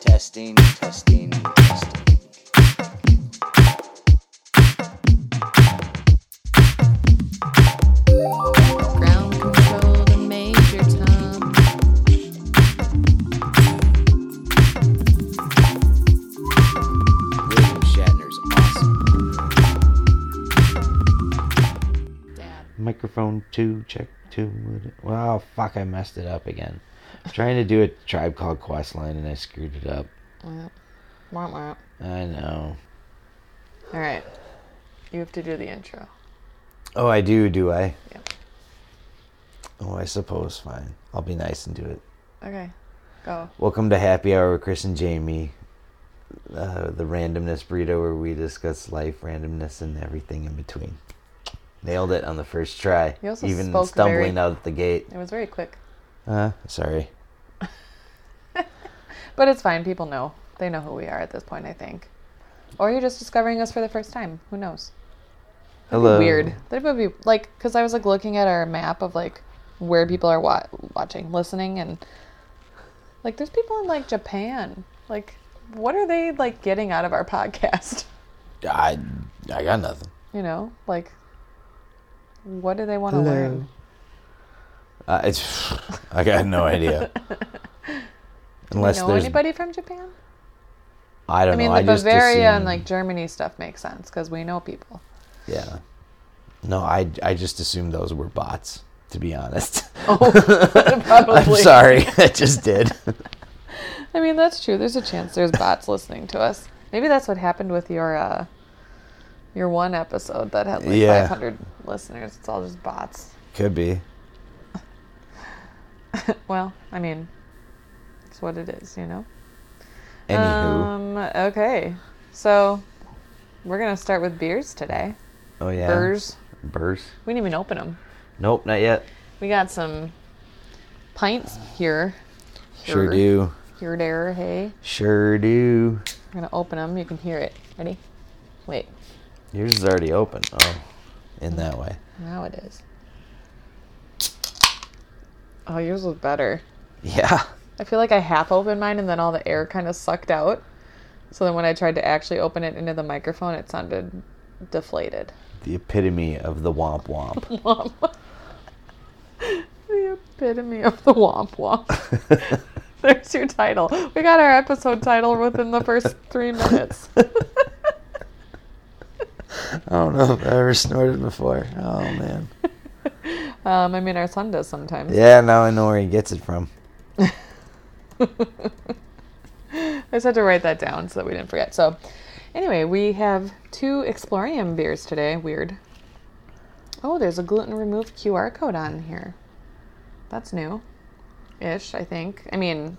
testing, testing, testing. Ground control to Major Tom. William Shatner's awesome. Dad. Microphone two, check two. would- Wow, fuck, I messed it up again. I'm trying to do a tribe called Questline and I screwed it up. Womp womp. I know. All right. You have to do the intro. Oh, I do, do I? Yep. Oh, I suppose. Fine. I'll be nice and do it. Okay. Go. Welcome to Happy Hour with Chris and Jamie, uh, the randomness burrito where we discuss life, randomness, and everything in between. Nailed it on the first try. You also even spoke stumbling very- out at the gate. It was very quick. Uh, sorry. But it's fine. People know. They know who we are at this point, I think. Or you're just discovering us for the first time. Who knows? That'd be Hello. Weird. That would be like because I was like looking at our map of like where people are wa- watching, listening, and like there's people in like Japan. Like, what are they like getting out of our podcast? I I got nothing. You know, like what do they want to learn? Uh, it's I got no idea. Unless know there's anybody from Japan? I don't I mean, know. the I just Bavaria and assumed- like Germany stuff makes sense because we know people. yeah. No, I I just assumed those were bots. To be honest, Oh, Probably. I'm sorry. I just did. I mean, that's true. There's a chance there's bots listening to us. Maybe that's what happened with your uh, your one episode that had like Yeah. 500 listeners. It's all just bots. Could be. Well, I mean, it's what it is, you know. Anywho. Um. Okay. So we're gonna start with beers today. oh yeah. Burrs. Burrs. We didn't even open them. Nope, not yet. We got some pints here. Sure do. Here, there, hey. Sure do. We're gonna open them. You can hear it. Ready? Wait. Yours is already open. Oh, in that way. Now it is. Oh, yours was better. Yeah. I feel like I half opened mine and then all the air kind of sucked out. So then when I tried to actually open it into the microphone, it sounded deflated. The epitome of the womp womp. Womp. the epitome of the womp womp. There's your title. We got our episode title within the first three minutes. I don't know if I ever snorted before. Oh man. Um, I mean, our son does sometimes. Yeah, now I know where he gets it from. I just had to write that down so that we didn't forget. So, anyway, we have two Explorium beers today. Weird. Oh, there's a gluten removed QR code on here. That's new ish, I think. I mean,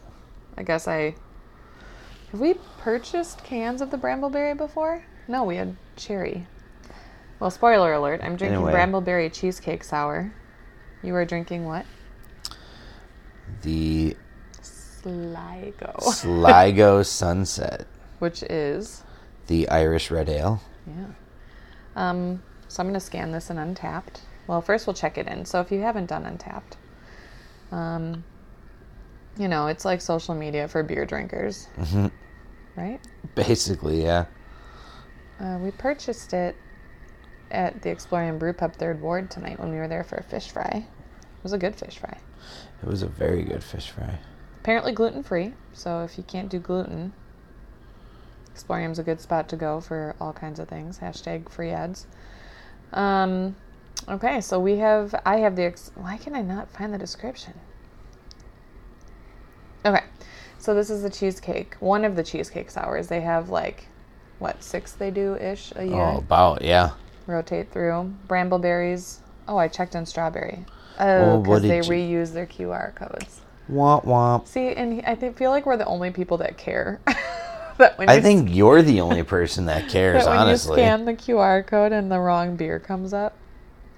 I guess I. Have we purchased cans of the Brambleberry before? No, we had cherry. Well, spoiler alert, I'm drinking Anyway. Brambleberry Cheesecake Sour. You are drinking what? The Sligo. Sligo Sunset, Which is the Irish Red Ale. Yeah. Um, so I'm going to scan this in Untapped. Well, first we'll check it in. So if you haven't done Untapped, um, you know, it's like social media for beer drinkers, Mhm. right? Basically, yeah. Uh, we purchased it at the Explorium Brew Pub Third Ward tonight when we were there for a fish fry. It was a good fish fry. It was a very good fish fry. Apparently gluten free, so if you can't do gluten, Explorium's a good spot to go for all kinds of things. Hashtag free ads. Um, okay, so we have. I have the. Ex- Why can I not find the description? Okay, so this is the cheesecake. One of the cheesecake sours. They have like, what six they do ish a year. Oh, about yeah. Rotate through brambleberries. Oh, I checked on strawberry. Well, Oh, what because they did reuse their QR codes. Womp womp. See, and he- I think, feel like we're the only people that care. that when I you, think you're the only person that cares, that when honestly. you scan the QR code and the wrong beer comes up.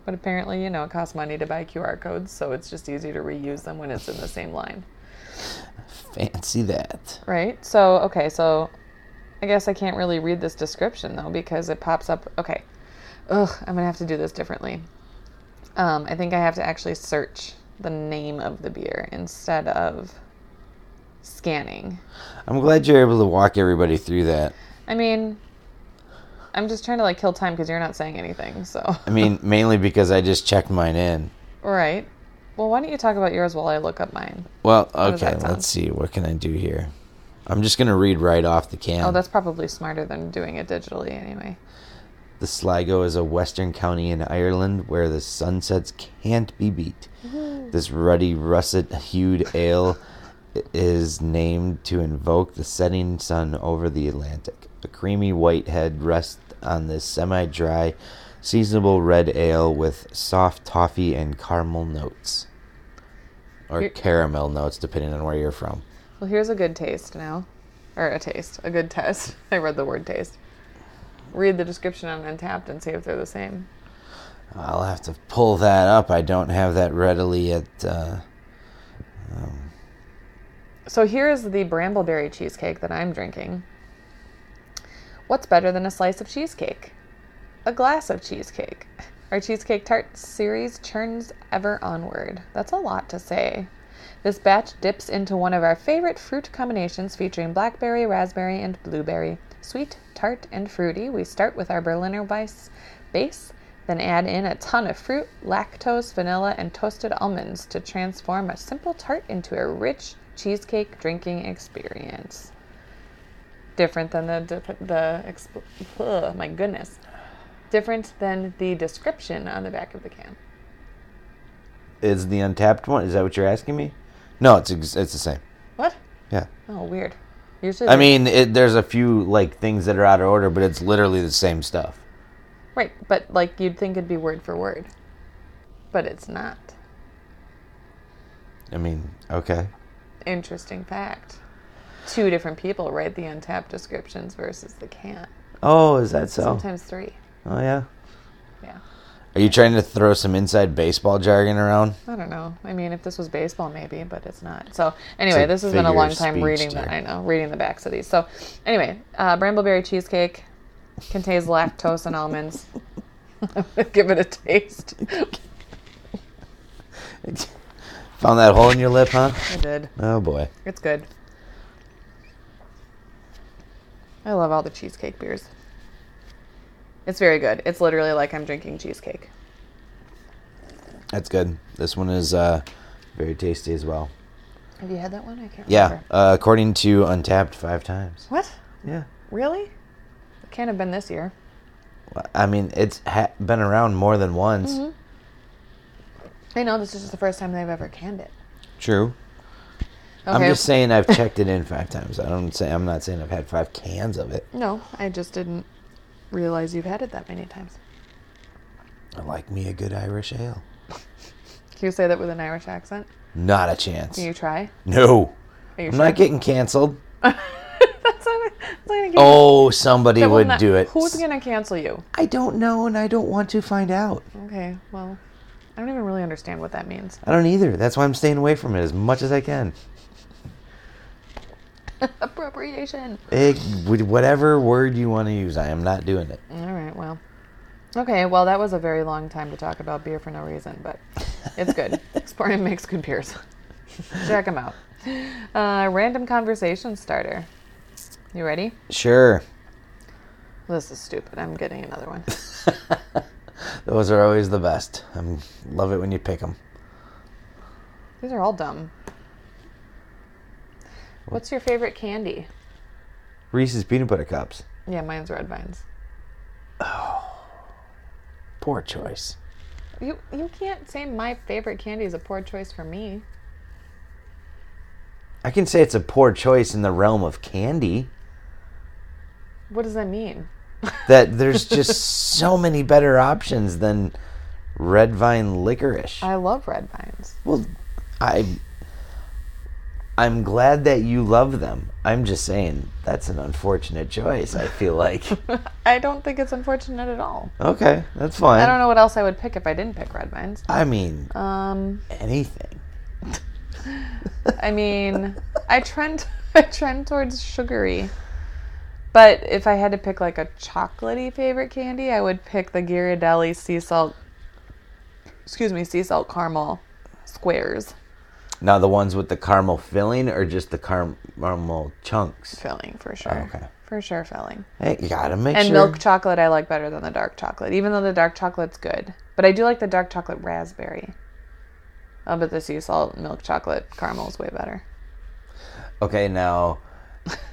But apparently, you know, it costs money to buy QR codes, so it's just easy to reuse them when it's in the same line, Fancy that. right? So, okay, so I guess I can't really read this description though because it pops up. Okay, ugh, I'm gonna have to do this differently. Um, I think I have to actually search the name of the beer instead of scanning. I'm glad you're able to walk everybody through that. I mean, I'm just trying to like kill time because you're not saying anything. So, I mean, mainly because I just checked mine in. right. Well, why don't you talk about yours while I look up mine? Well, does okay, that sound? let's see. What can I do here? I'm just going to read right off the can. Oh, that's probably smarter than doing it digitally anyway. The Sligo is a western county in Ireland where the sunsets can't be beat. This ruddy, russet hued ale i- is named to invoke the setting sun over the Atlantic. A creamy white head rests on this semi dry, seasonable red ale with soft toffee and caramel notes. Or Here- caramel notes, depending on where you're from. Well, here's a good taste now. Or a taste. A good test. I read the word taste. Read the description on Untapped and see if they're the same. I'll have to pull that up. I don't have that readily at. Uh, So here's the brambleberry cheesecake that I'm drinking. What's better than a slice of cheesecake? A glass of cheesecake. Our cheesecake tart series churns ever onward. That's a lot to say. This batch dips into one of our favorite fruit combinations featuring blackberry, raspberry, and blueberry. Sweet, tart, and fruity, we start with our Berliner Weiss base, then add in a ton of fruit, lactose, vanilla, and toasted almonds to transform a simple tart into a rich cheesecake drinking experience. Different than the dip- the exp- ugh, my goodness, different than the description on the back of the can. is the untapped one. Is that what you're asking me? No, it's ex- it's the same. What? Yeah. Oh, weird. Usually, I they- mean, it, there's a few like things that are out of order, but it's literally the same stuff. right, but like you'd think it'd be word for word, but it's not. I mean, okay. Interesting fact. Two different people write the untapped descriptions versus the can. Oh, is that so? Sometimes three. Oh yeah. Yeah. Are you trying to throw some inside baseball jargon around? I don't know. I mean, if this was baseball, maybe, but it's not. So anyway, a this has been a figure long of time speech reading there. the I know reading the backs of these. So anyway, uh, brambleberry cheesecake contains lactose and almonds. I'm gonna give it a taste. Found that hole in your lip, huh? I did. Oh boy. It's good. I love all the cheesecake beers. It's very good. It's literally like I'm drinking cheesecake. That's good. This one is uh, very tasty as well. Have you had that one? I can't Yeah, remember. uh, according to Untapped, five times. What? Yeah. Really? It can't have been this year. Well, I mean, it's ha- been around more than once. Mm-hmm. I know this is just the first time they've ever canned it. True. I'm Okay. just saying I've checked it in five times. I don't say I'm not saying I've had five cans of it. No, I just didn't realize you've had it that many times. I like me a good Irish ale. Can you say that with an Irish accent? Not a chance. Can you try? No. Are you I'm sure? not getting canceled. That's not, that's not gonna get Oh, somebody that will would not- do it. Who's gonna cancel you? I don't know and I don't want to find out. Okay, well, I don't even really understand what that means. I don't either. That's why I'm staying away from it as much as I can. Appropriation. Egg, with whatever word you want to use, I am not doing it. All right, well, okay, well, that was a very long time to talk about beer for no reason, but it's good. Exploring makes good beers. Check them out. Uh, random conversation starter. You ready? Sure. This is stupid. I'm getting another one. Those are always the best. I love it when you pick them. These are all dumb. What's your favorite candy? Reese's peanut butter cups. Yeah, mine's red vines. Poor choice. You you can't say my favorite candy is a poor choice for me. I can say it's a poor choice in the realm of candy. What does that mean? That there's just so many better options than red vine licorice. I love red vines. Well, I I'm glad that you love them. I'm just saying that's an unfortunate choice. I feel like I don't think it's unfortunate at all. okay, that's fine. I don't know what else I would pick if I didn't pick red vines. I mean Um, anything. I mean, I trend I trend towards sugary. But if I had to pick like a chocolatey favorite candy, I would pick the Ghirardelli sea salt. Excuse me, sea salt caramel squares. Now the ones with the caramel filling or just the car- caramel chunks? Filling for sure. Oh, okay. For sure, filling. Hey, you gotta make And sure. milk chocolate I like better than the dark chocolate, even though the dark chocolate's good. But I do like the dark chocolate raspberry. Oh, but the sea salt milk chocolate caramel is way better. Okay, now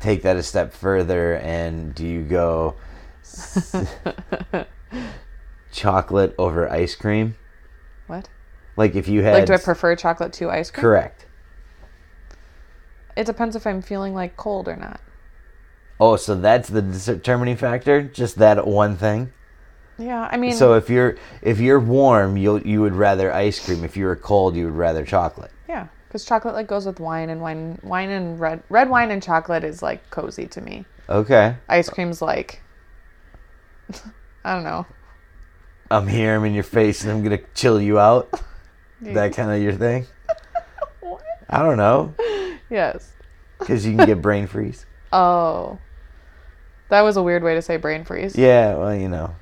take that a step further, and do you go s- chocolate over ice cream? What? Like if you had Like, do I prefer chocolate to ice cream? correct. It depends if I'm feeling like cold or not. Oh, so that's the determining factor? Just that one thing? Yeah, I mean, So if you're if you're warm, you will you would rather ice cream. If you were cold, you would rather chocolate. yeah, because chocolate like goes with wine and wine, wine and red, red wine and chocolate is like cozy to me. Okay. Ice cream's like, I don't know. I'm here, I'm in your face, and I'm gonna chill you out. that kind of your thing? I don't know, Yes. because you can get brain freeze. Oh, that was a weird way to say brain freeze. Yeah, well, you know.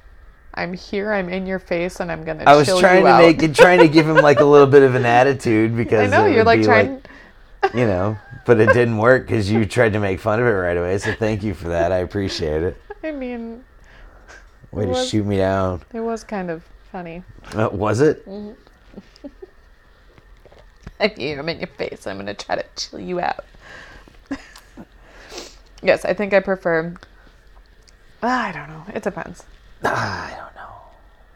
I'm here. I'm in your face, and I'm gonna. I was chill trying you to out. make it, trying to give him like a little bit of an attitude because I know it you're would like be, trying. you know, but it didn't work because you tried to make fun of it right away. So thank you for that. I appreciate it. I mean, Way to Was- shoot me down. it was kind of funny. Uh, was it? Mm. I'm here. I'm in your face. I'm gonna try to chill you out. yes, I think I prefer. Ah, I don't know. It depends. Ah, I don't know.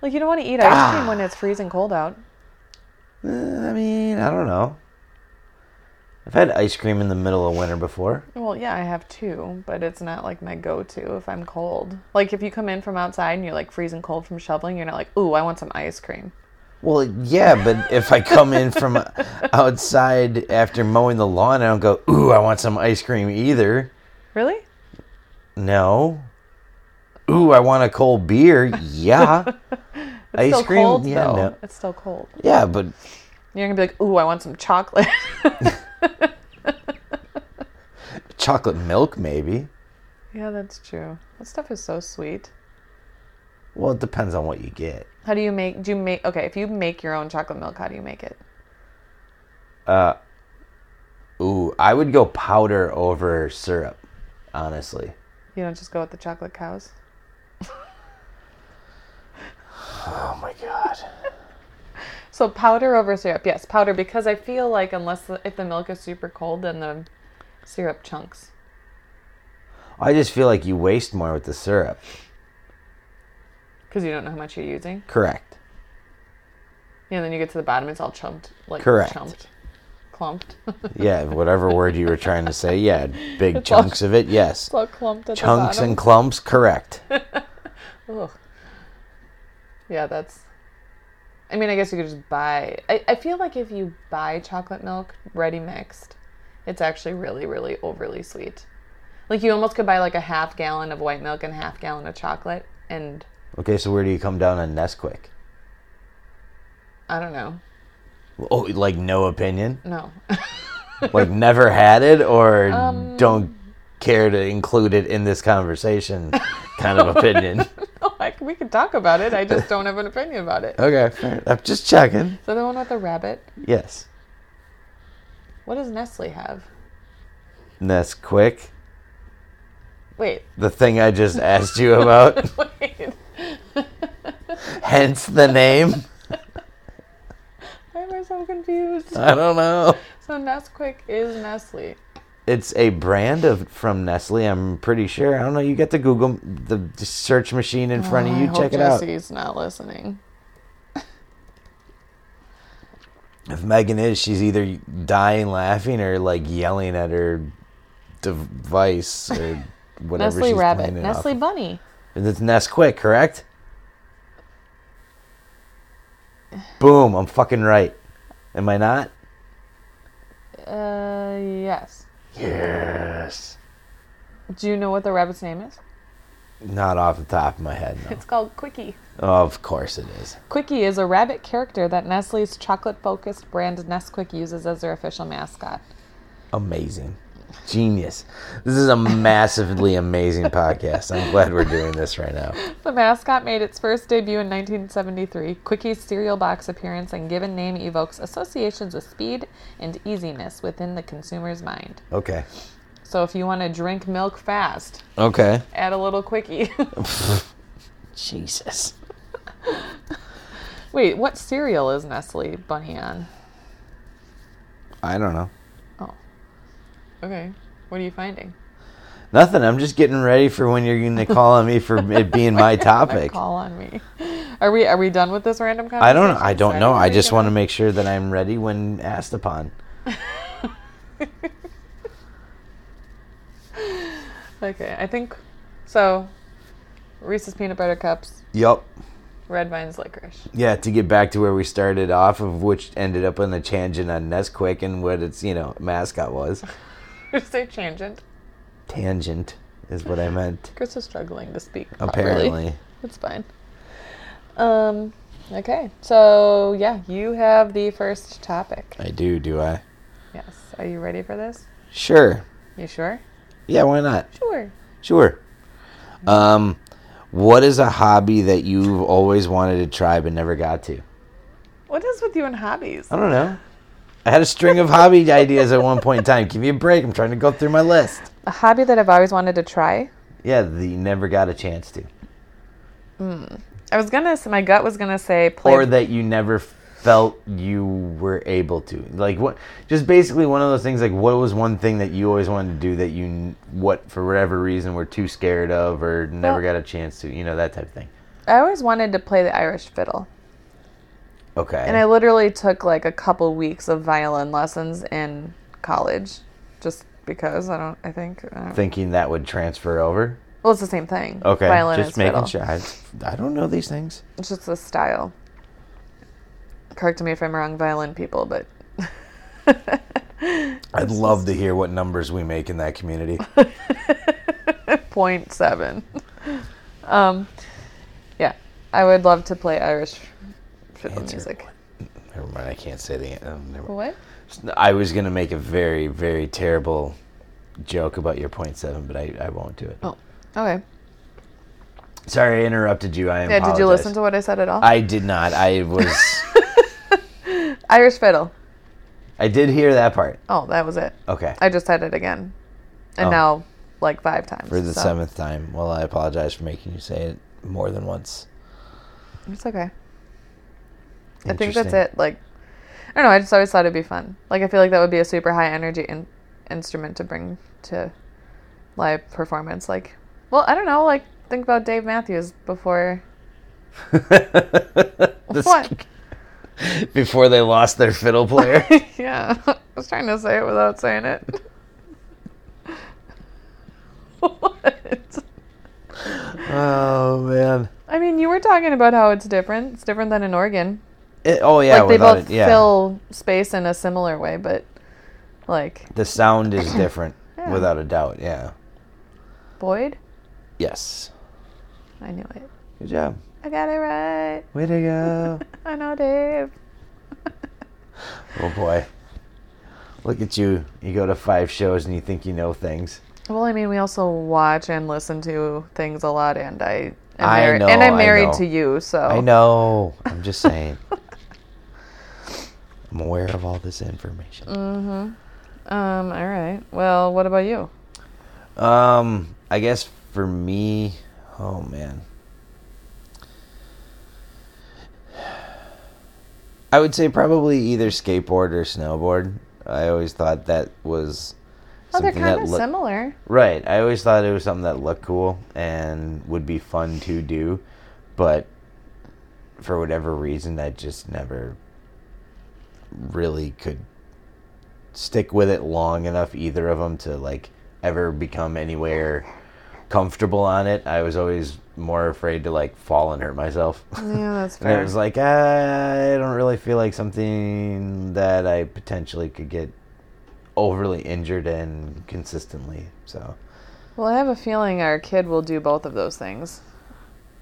Like you don't want to eat ice cream when it's freezing cold out. Uh, I mean, I don't know. I've had ice cream in the middle of winter before. Well, yeah, I have two, but it's not like my go-to if I'm cold. Like if you come in from outside and you're like freezing cold from shoveling, you're not like, "Ooh, I want some ice cream." Well, yeah, but if I come in from outside after mowing the lawn, I don't go, ooh, I want some ice cream either. Really? No. Ooh, I want a cold beer. Yeah. It's ice still cream? cold yeah, though. no. It's still cold. Yeah, but You're gonna be like, "Ooh, I want some chocolate." chocolate milk, maybe. yeah, that's true. That stuff is so sweet. Well, it depends on what you get. How do you make? Do you make? Okay, if you make your own chocolate milk, how do you make it? Ooh, I would go powder over syrup, honestly. You don't just go with the chocolate cows. Oh my god. So powder over syrup. Yes, powder because I feel like unless the, if the milk is super cold, then the syrup chunks. I just feel like you waste more with the syrup. Because you don't know how much you're using. Correct. Yeah, and then you get to the bottom, it's all chumped, like Correct. chumped, clumped. it's Yeah, whatever word you were trying to say. Yeah, big all- chunks of it. Yes. all clumped at Chunks the and bottom. clumps, correct. Ugh. Yeah, that's. I mean, I guess you could just buy. I, I feel like if you buy chocolate milk ready mixed, it's actually really, really overly sweet. Like you almost could buy like a half gallon of white milk and half gallon of chocolate, and Okay, so where do you come down on Nesquik? I don't know. Oh, like no opinion? No, Like never had it or don't care to include it in this conversation kind of opinion? like we could talk about it. I just don't have an opinion about it. okay, fair enough. Just checking. So the one with the rabbit. Yes. What does Nestle have? Nesquik, Wait, the thing I just asked you about, wait. hence the name. Why am I so confused? I don't know. So Nesquik is Nestle. It's a brand of from Nestle. I'm pretty sure. I don't know. You get the Google, the search machine in front of you. Oh, I hope Check it out. Jesse's not listening. if Megan is, she's either dying laughing or like yelling at her device or whatever Nestle she's Rabbit. playing it Nestle off. Bunny. It's Nesquik, correct? Boom! I'm fucking right. Am I not? Uh, yes. Yes. Do you know what the rabbit's name is? Not off the top of my head. No. Oh, It's called Quickie. of course it is. Quickie is a rabbit character that Nestle's chocolate focused brand Nesquik uses as their official mascot. Amazing. Genius. This is a massively amazing podcast. I'm glad we're doing this right now. The mascot made its first debut in 1973. Quickie's cereal box appearance and given name evokes associations with speed and easiness within the consumer's mind. Okay. So if you want to drink milk fast, Okay. add a little Quickie. Jesus. Wait, what cereal is Nestle Bunny on? I don't know. Oh. Okay. What are you finding? Nothing. I'm just getting ready for when you're going to call on me for it being my topic. Call on me. Are we are we done with this random conversation? I don't. I don't know. I just want to to. make sure that I'm ready when asked upon. Okay, I think so. Reese's peanut butter cups, Yup. red vines licorice. Yeah. To get back to where we started off of, which ended up on the tangent on Nesquik and what its you know mascot was. Say tangent. Tangent is what I meant. Chris is struggling to speak. properly. Apparently. It's fine. Um. Okay. So yeah, you have the first topic. I do. Do I? Yes. Are you ready for this? Sure. You sure? Yeah. Why not? Sure. Sure. Um, what is a hobby that you've always wanted to try but never got to? What is with you and hobbies? I don't know. I had a string of hobby ideas at one point in time. Give me a break. I'm trying to go through my list. A hobby that I've always wanted to try. Yeah, the never got a chance to, I was gonna. My gut was gonna say play. or that you never felt you were able to. Like what? Just basically one of those things. Like what was one thing that you always wanted to do that you, n- what for whatever reason, were too scared of or never Well- got a chance to. You know that type of thing. I always wanted to play the Irish fiddle. Okay. And I literally took like a couple weeks of violin lessons in college, just because I don't. I think. I don't- thinking that would transfer over. well, it's the same thing. Okay, Violin just is making fiddle. sure. I, I don't know these things. It's just the style. Correct me if I'm wrong, violin people, but I'd love to hear what numbers we make in that community. point seven. um, yeah, I would love to play Irish fiddle Answer. music. never mind, I can't say the. Um, never What? I was gonna make a very, very terrible joke about your point seven, but I, I won't do it. Oh, okay. Sorry, I interrupted you. I Yeah, apologize. did you listen to what I said at all? I did not. I was. Irish fiddle. I did hear that part. Oh, that was it. Okay. I just said it again, and Oh. now like five times. for the so seventh time. Well, I apologize for making you say it more than once. It's okay. I think that's Interesting. it. Like, I don't know. I just always thought it'd be fun. Like, I feel like that would be a super high energy in- instrument to bring to live performance. Like, well, I don't know. Like, think about Dave Matthews before. This- What? Before they lost their fiddle player. yeah, I was trying to say it without saying it. what? oh man. I mean, you were talking about how it's different. It's different than in Oregon. It, oh yeah, like they without both it, yeah. fill space in a similar way, but like The sound is different, Yeah. without a doubt. Yeah. Boyd, Yes. I knew it. Good job. I got it right. Way to go. I know, Dave. oh boy. Look at you. You go to five shows and you think you know things. Well, I mean, we also watch and listen to things a lot, and I, am I married- know, and I'm I married know. to you, so I know. I'm just saying. I'm aware of all this information. Um, all right. Well, what about you? Um, I guess for me, oh man. I would say probably either skateboard or snowboard. I always thought that was Oh, they're something that kind of looked- similar. Right. I always thought it was something that looked cool and would be fun to do, but for whatever reason, I just never really could stick with it long enough either of them to like ever become anywhere comfortable on it. I was always more afraid to like fall and hurt myself. Yeah, that's And I fair. was like, "Ah, I don't really feel like something that I potentially could get overly injured in consistently. So, well, I have a feeling our kid will do both of those things,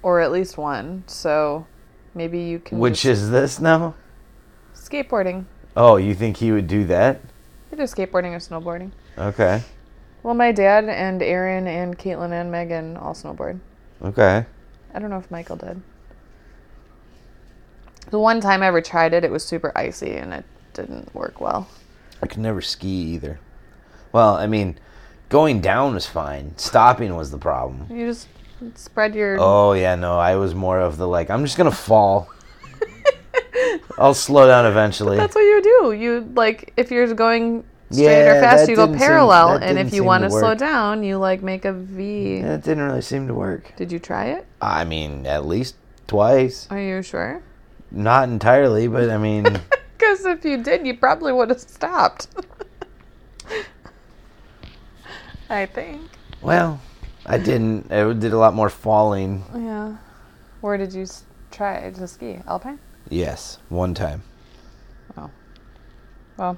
or at least one. So maybe you can. which just- is this now? skateboarding? Oh, you think he would do that? Either skateboarding or snowboarding. Okay. Well, my dad and Aaron and Caitlin and Megan all snowboard. Okay. I don't know if Michael did. The one time I ever tried it, it was super icy and it didn't work well. I could never ski either. Well, I mean, going down was fine. Stopping was the problem. You just spread your. Oh yeah, no, I was more of the like, I'm just gonna fall. I'll slow down eventually. That's what you do. You like if you're going straight or Yeah, fast, that you go didn't seem- parallel, that and if didn't you seem want to to work. slow down, you like make a V. Yeah, it didn't really seem to work. Did you try it? I mean, at least twice. Are you sure? Not entirely, but I mean, Because if you did, you probably would have stopped. I think. well, I didn't. I did a lot more falling. Yeah. Where did you s- try to ski? Alpine? Yes, one time. Oh. Well,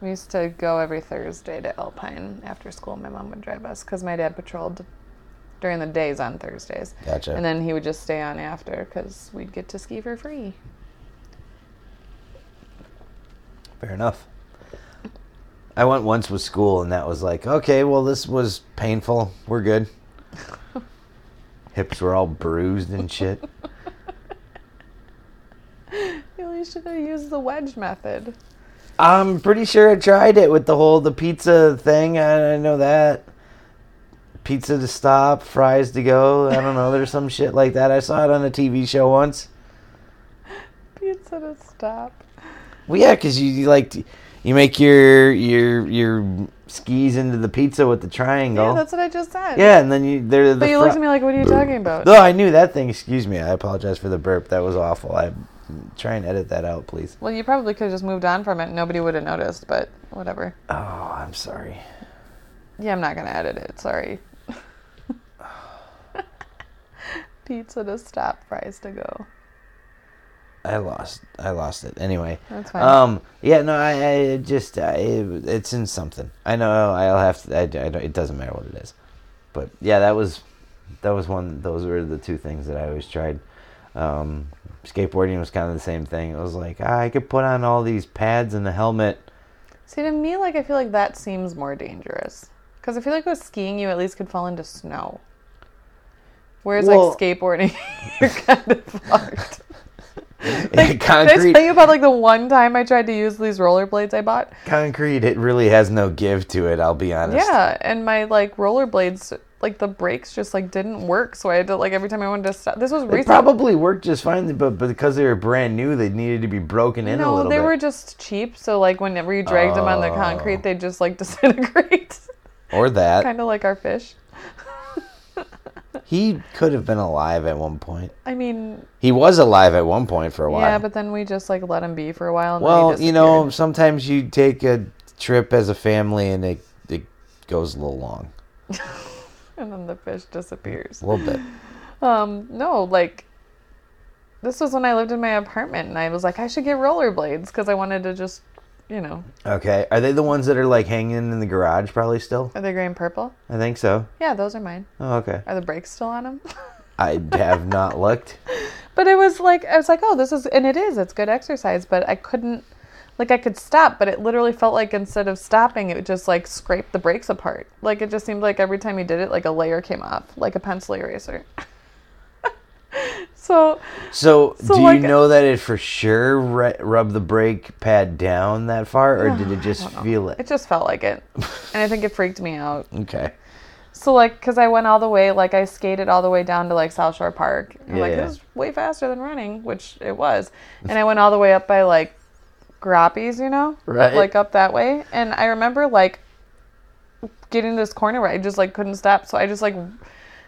we used to go every Thursday to Alpine after school. My mom would drive us because my dad patrolled during the days on Thursdays. Gotcha. And then he would just stay on after because we'd get to ski for free. Fair enough. I went once with school, and that was like, okay, well, this was painful. We're good. Hips were all bruised and shit. You know, you should have used the wedge method. I'm pretty sure I tried it with the whole the pizza thing. I, I know that. Pizza to stop, fries to go. I don't know. There's some shit like that. I saw it on a TV show once. Pizza to stop. Well, yeah, because you, you like to- you make your your your skis into the pizza with the Yeah, triangle. Yeah, that's what I just said. and then you they're the. But you fri- looked at me like, what are you talking about? No, I knew that thing. Excuse me. I apologize for the burp. That was awful. I try and edit that out, please. Well, you probably could have just moved on from it. Nobody would have noticed, but whatever. Oh, I'm sorry. Yeah, I'm not going to edit it. Sorry. Pizza to stop, fries to go. I lost. I lost it. Anyway. That's fine. Um. Yeah. No. I. I just. I, it's in something. I know. I'll have to. I, I don't- it doesn't matter what it is. But yeah, that was. That was one. Those were the two things that I always tried. Um, skateboarding was kind of the same thing. It was like ah, I could put on all these pads and the helmet. See, to me, like, I feel like that seems more dangerous. Because I feel like with skiing, you at least could fall into snow. Whereas, Well- like, skateboarding, you're kind of fucked. Did I concrete. tell you about, like, the one time I tried to use these rollerblades I bought? concrete. It really has no give to it. I'll be honest. Yeah, and my like rollerblades, like the brakes just like didn't work, so I had to like every time I wanted to stop. This was They recent. probably worked just fine, but but because they were brand new, they needed to be broken in a no, little they bit. Oh. were just cheap, so like whenever you dragged them on the concrete, they just like disintegrate, or that. kind of like our fish. He could have been alive at one point. I mean, He was alive at one point for a while. yeah, but then we just like let them be for a while. And well, then he you know, disappeared. sometimes you take a trip as a family and it it goes a little long, and then the fish disappears. a little bit. Um, no, like this was when I lived in my apartment, and I was like, I should get rollerblades because I wanted to just, you know, Okay, are they the ones that are like hanging in the garage? Probably still. are they gray and purple? I think so. Yeah, those are mine. Oh, okay. Are the brakes still on them? I have not looked. But it was like I was like, oh, this is and it is. It's good exercise, but I couldn't like I could stop, but it literally felt like instead of stopping, it would just like scrape the brakes apart. Like it just seemed like every time you did it, like a layer came off, like a pencil eraser. so So, So, do like- you know that it for sure ru- rubbed the brake pad down that far, or did it just feel it it? just felt like it, and I think it freaked me out. Okay. So like, cause I went all the way, like I skated all the way down to like South Shore Park. I'm Like Yeah. this is way faster than running, which it was. And I went all the way up by like Grappies, you know, Right. Like up that way. And I remember like getting to this corner where I just like couldn't stop, so I just like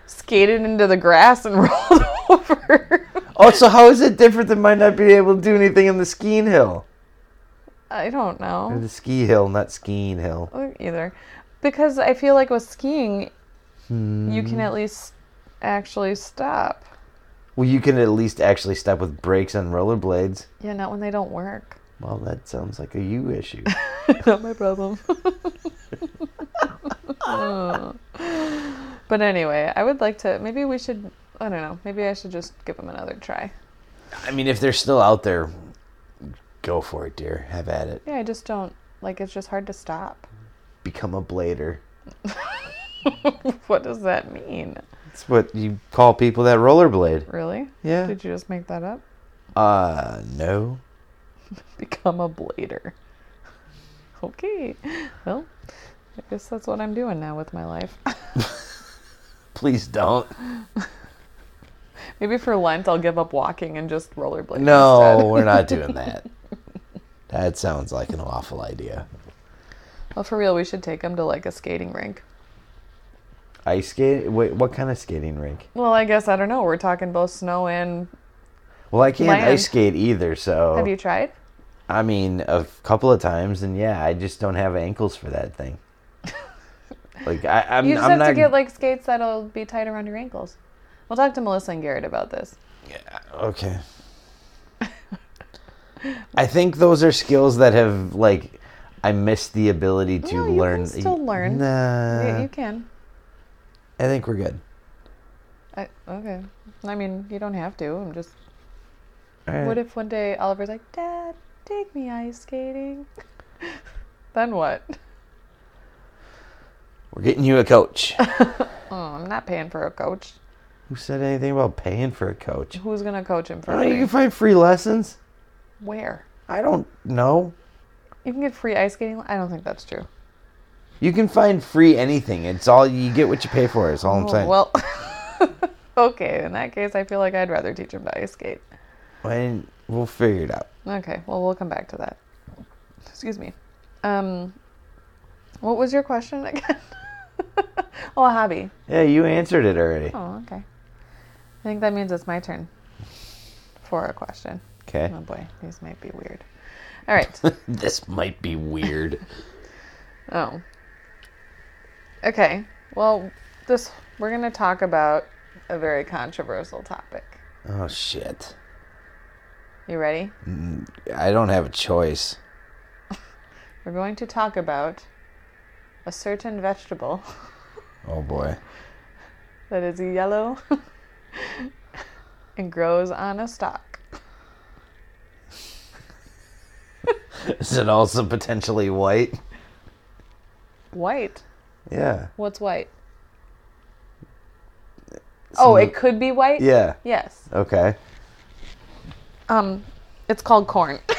skated into the grass and rolled over. Oh, so how is it different than might not be able to do anything on the skiing hill? I don't Or know the ski hill, not skiing hill. either, because I feel like with skiing, you Hmm. can at least actually stop. Well, you can at least actually step with brakes on rollerblades. Yeah, not when they don't work. Well, that sounds like a you issue. Not my problem. but anyway, I would like to. Maybe we should. I don't know. Maybe I should just give them another try. I mean, if they're still out there, go for it, dear. Have at it. Yeah, I just don't. Like, it's just hard to stop. become a blader. what does that mean? That's what you call people that rollerblade. Really? Yeah. Did you just make that up? Uh, no. Become a blader. Okay. Well, I guess that's what I'm doing now with my life. Please don't. Maybe for Lent I'll give up walking and just rollerblade. No, instead. we're not doing that. That sounds like an awful idea. Well, for real, we should take him to like a skating rink. Ice skate? Wait, what kind of skating rink? Well, I guess I don't know. We're talking both snow and. Well, I can't Land. ice skate either, so Have you tried? I mean, a couple of times, and yeah, I just don't have ankles for that thing. like I, I'm, You just I'm have not. to get like skates that'll be tight around your ankles. We'll talk to Melissa and Garrett about this. okay. I think those are skills that have like I missed the ability to No, you can learn. still learn. Nah, Yeah, you can. I think we're good. I, okay. I mean, you don't have to. I'm just. All right. What if one day Oliver's like, Dad, take me ice skating? then what? we're getting you a coach? Oh, I'm not paying for a coach. Who said anything about paying for a coach? Who's gonna coach him for Oh, you free? can find free lessons. Where? I don't know. You can get free ice skating. I don't think that's true. You can find free anything. It's all you get what you pay for. Is all I'm saying. Oh, well, okay. In that case, I feel like I'd rather teach him to ice skate. When we'll figure it out. Okay. Well, we'll come back to that. Excuse me. Um, what was your question again? oh, a hobby. Yeah, you answered it already. Oh, okay. I think that means it's my turn for a question. Okay. Oh boy, these might be weird. All right. this might be weird. Oh. Okay. Well, this we're going to talk about a very controversial topic. oh shit. You ready? I don't have a choice. We're going to talk about a certain vegetable Oh boy. that is yellow and grows on a stalk. Is it also potentially white? White. Yeah. What's white? Some- oh, it could be white? Yeah. Yes. Okay. Um it's called corn.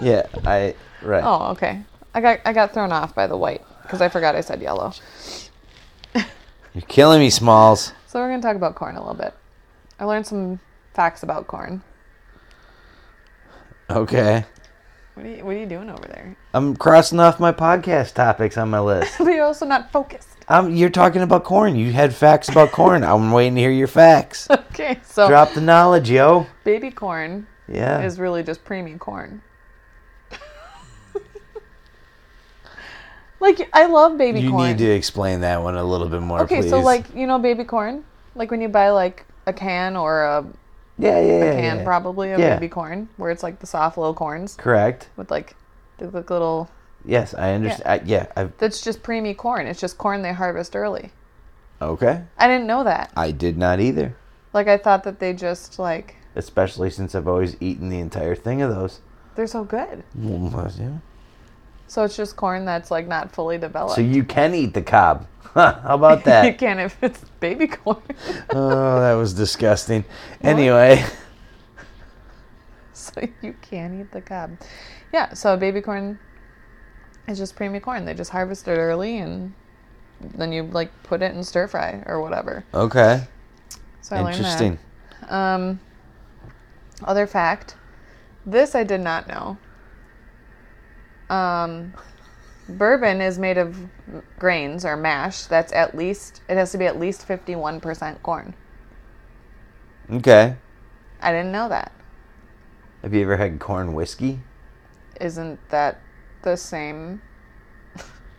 Yeah, I right. Oh, okay. I got I got thrown off by the white because I forgot I said yellow. You're killing me, Smalls. So we're going to talk about corn a little bit. I learned some facts about corn. Okay. What are you, what are you doing over there? I'm crossing off my podcast topics on my list. But you're also not focused. Um, you're talking about corn. You had facts about corn. I'm waiting to hear your facts. Okay, so Drop the knowledge, yo. baby corn Yeah. is really just preemie corn. like I love baby you corn. need to explain that one a little bit more, okay, please. so like you know baby corn, like when you buy like a can or a yeah, yeah, yeah, can yeah. probably of Yeah. baby corn, where it's like the soft little corns Correct. with like the little. Yes, I understand. Yeah, I, yeah I've, That's just preemie corn. It's just corn they harvest early. okay. I didn't know that. I did not either, Like I thought that they just like especially since I've always eaten the entire thing of those. they're so good. Mm, well, yeah. So it's just corn that's like not fully developed. So you can eat the cob. Huh, How about you that? can if it's baby corn. oh, that was disgusting. Anyway, so you can eat the cob. Yeah, so baby corn is just preemie corn. They just harvest it early and then you like put it in stir fry or whatever. okay, So I learned interesting. that. Um other fact. This I did not know. Um bourbon is made of grains or mash that's at least it has to be at least 51% corn. Okay, I didn't know that. have you ever had corn whiskey? Isn't that the same?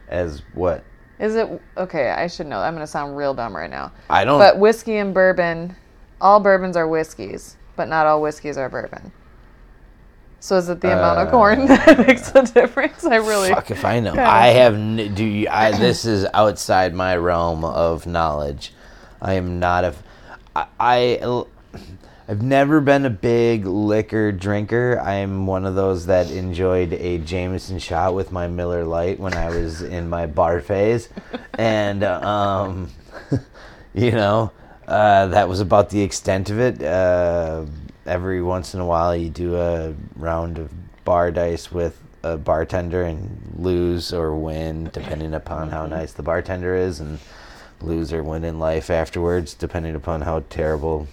As what? Is it okay? I should know. I'm going to sound real dumb right now. I don't. But whiskey and bourbon, all bourbons are whiskeys, but not all whiskeys are bourbon. So is it the amount of corn that makes the difference? I really Uh, Fuck if I know. Yeah. I have. N- do you, I? This is outside my realm of knowledge. I am not a. f- I. I- I've never been a big liquor drinker. I'm one of those that enjoyed a Jameson shot with my Miller Light when I was in my bar phase. And, um, you know, uh, that was about the extent of it. Uh, every once in a while, you do a round of bar dice with a bartender and lose or win, depending upon how nice the bartender is, and lose or win in life afterwards, depending upon how terrible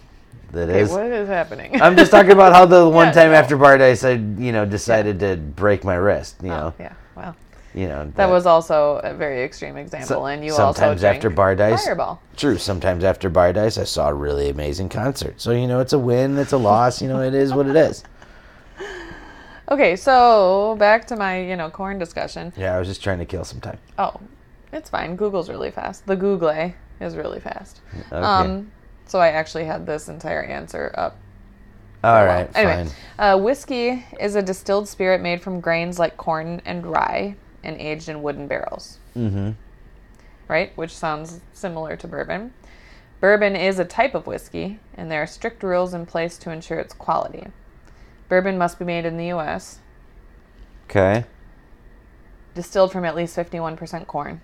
that Okay, is. what is happening? I'm just talking about how the one Yeah, time no. after bar dice, I you know decided to break my wrist. You know, Oh, yeah. Wow. you know That was also a very extreme example, and you also sometimes drank after bar dice. Fireball. True. Sometimes after bar dice, I saw a really amazing concert. So you know, it's a win, it's a loss. You know, it is what it is. Okay, so back to my you know corn discussion. Yeah, I was just trying to kill some time. Oh, it's fine. Google's really fast. The Google is really fast. Okay. Um, so I actually had this entire answer up All Well, right. Anyway, Fine. uh, whiskey is a distilled spirit made from grains like corn and rye and aged in wooden barrels. Mm-hmm. Right, which sounds similar to bourbon. Bourbon is a type of whiskey, and there are strict rules in place to ensure its quality. Bourbon must be made in the U.S., Okay. distilled from at least 51% corn.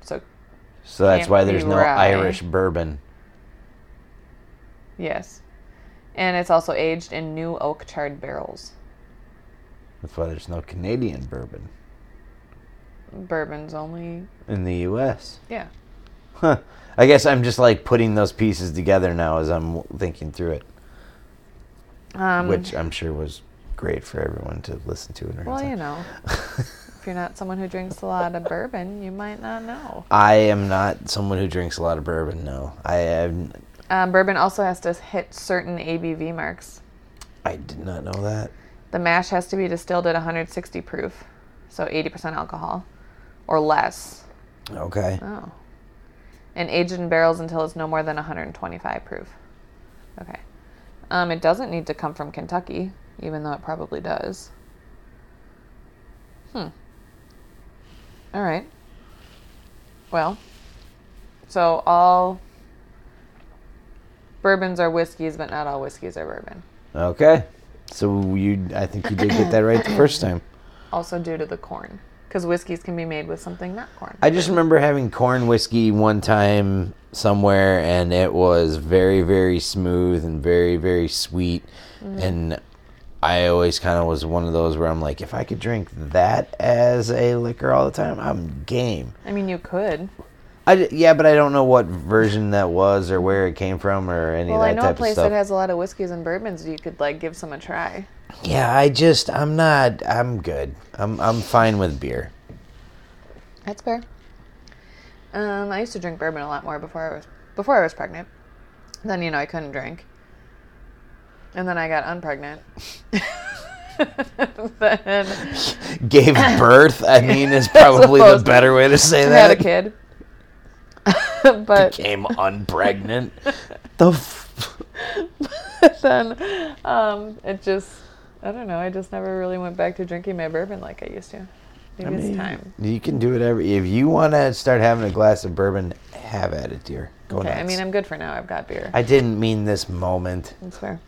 So, So that's Can't why be there's no rye. Irish bourbon. yes. And it's also aged in new oak charred barrels. That's why there's no Canadian bourbon Bourbon's only, in the U.S. yeah. Huh. I guess I'm just like putting those pieces together now as I'm thinking through it, Um, which I'm sure was great for everyone to listen to. in their Well, own you time. know, if you're not someone who drinks a lot of bourbon, you might not know. I am not someone who drinks a lot of bourbon. No, I am, Um, bourbon also has to hit certain ABV marks. I did not know that. The mash has to be distilled at 160 proof, so 80% alcohol or less. Okay. Oh. And aged in barrels until it's no more than 125 proof. Okay. Um, it doesn't need to come from Kentucky, even though it probably does. Hmm. All right. Well, so all bourbons are whiskeys, but not all whiskeys are bourbon. Okay. So you, I think you did get that right the first time. Also, due to the corn, because whiskeys can be made with something not corn. I just remember having corn whiskey one time somewhere, and it was very, very smooth and very, very sweet. Mm. And I always kind of was one of those where I'm like, if I could drink that as a liquor all the time, I'm game. I mean, you could. I d yeah, but I don't know what version that was or where it came from or any Well, of I that know a type of place stuff. that has a lot of whiskeys and bourbons. You could like give some a try. yeah, I just I'm not I'm good. I'm I'm fine with beer. That's fair. Um, I used to drink bourbon a lot more before I was before I was pregnant. Then you know I couldn't drink, and then I got unpregnant. then Gave birth, I mean, is probably the Supposed- better way to say I that. had a kid. but Became unpregnant. the f- then um, it just I don't know. I just never really went back to drinking my bourbon like I used to. Maybe it's time. You can do whatever if you want to start having a glass of bourbon. Have at it, dear. Go Okay, nuts. I mean I'm good for now. I've got beer. I didn't mean this moment. That's fair.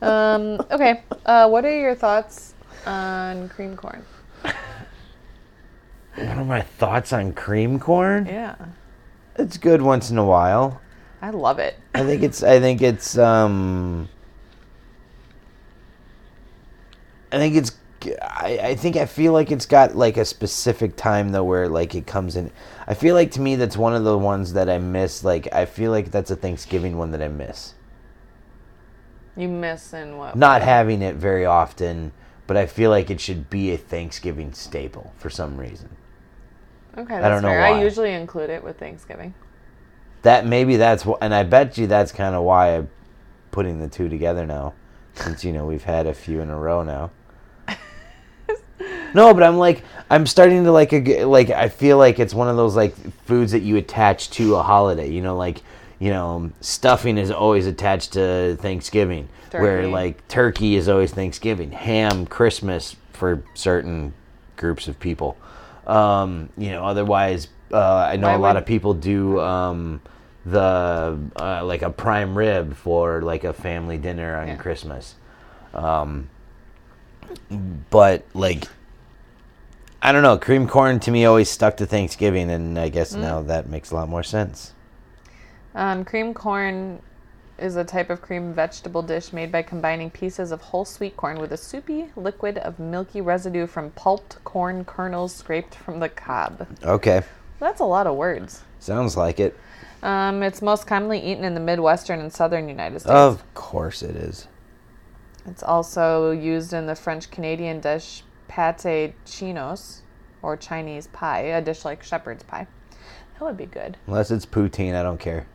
Um, okay. Uh, what are your thoughts on cream corn? What are my thoughts on cream corn? Yeah. It's good once in a while. I love it. I think it's. I think it's. Um, I think it's. I, I think I feel like it's got like a specific time though where like it comes in. I feel like to me that's one of the ones that I miss. Like I feel like that's a Thanksgiving one that I miss. You miss in what? Not having it very often, but I feel like it should be a Thanksgiving staple for some reason. Okay, that's don't know fair. why. I usually include it with Thanksgiving. That maybe that's wh- and I bet you that's kind of why I'm putting the two together now, since you know we've had a few in a row now. no, but I'm like I'm starting to like a g- like I feel like it's one of those like foods that you attach to a holiday. You know, like you know stuffing is always attached to Thanksgiving, where Turkey. like turkey is always Thanksgiving, ham Christmas for certain groups of people. Um, you know, otherwise uh, I know Why a lot would- of people do um, the uh, like a prime rib for like a family dinner on Yeah. Christmas. Um, but like, I don't know. Cream corn to me always stuck to Thanksgiving, and I guess Mm. now that makes a lot more sense. Um, cream corn is a type of cream vegetable dish made by combining pieces of whole sweet corn with a soupy liquid of milky residue from pulped corn kernels scraped from the cob. Okay, That's a lot of words. sounds like it. Um, it's most commonly eaten in the Midwestern and Southern United States. Of course it is. It's also used in the French Canadian dish pate chinos or Chinese pie, a dish like shepherd's pie. That would be good. Unless it's poutine, I don't care.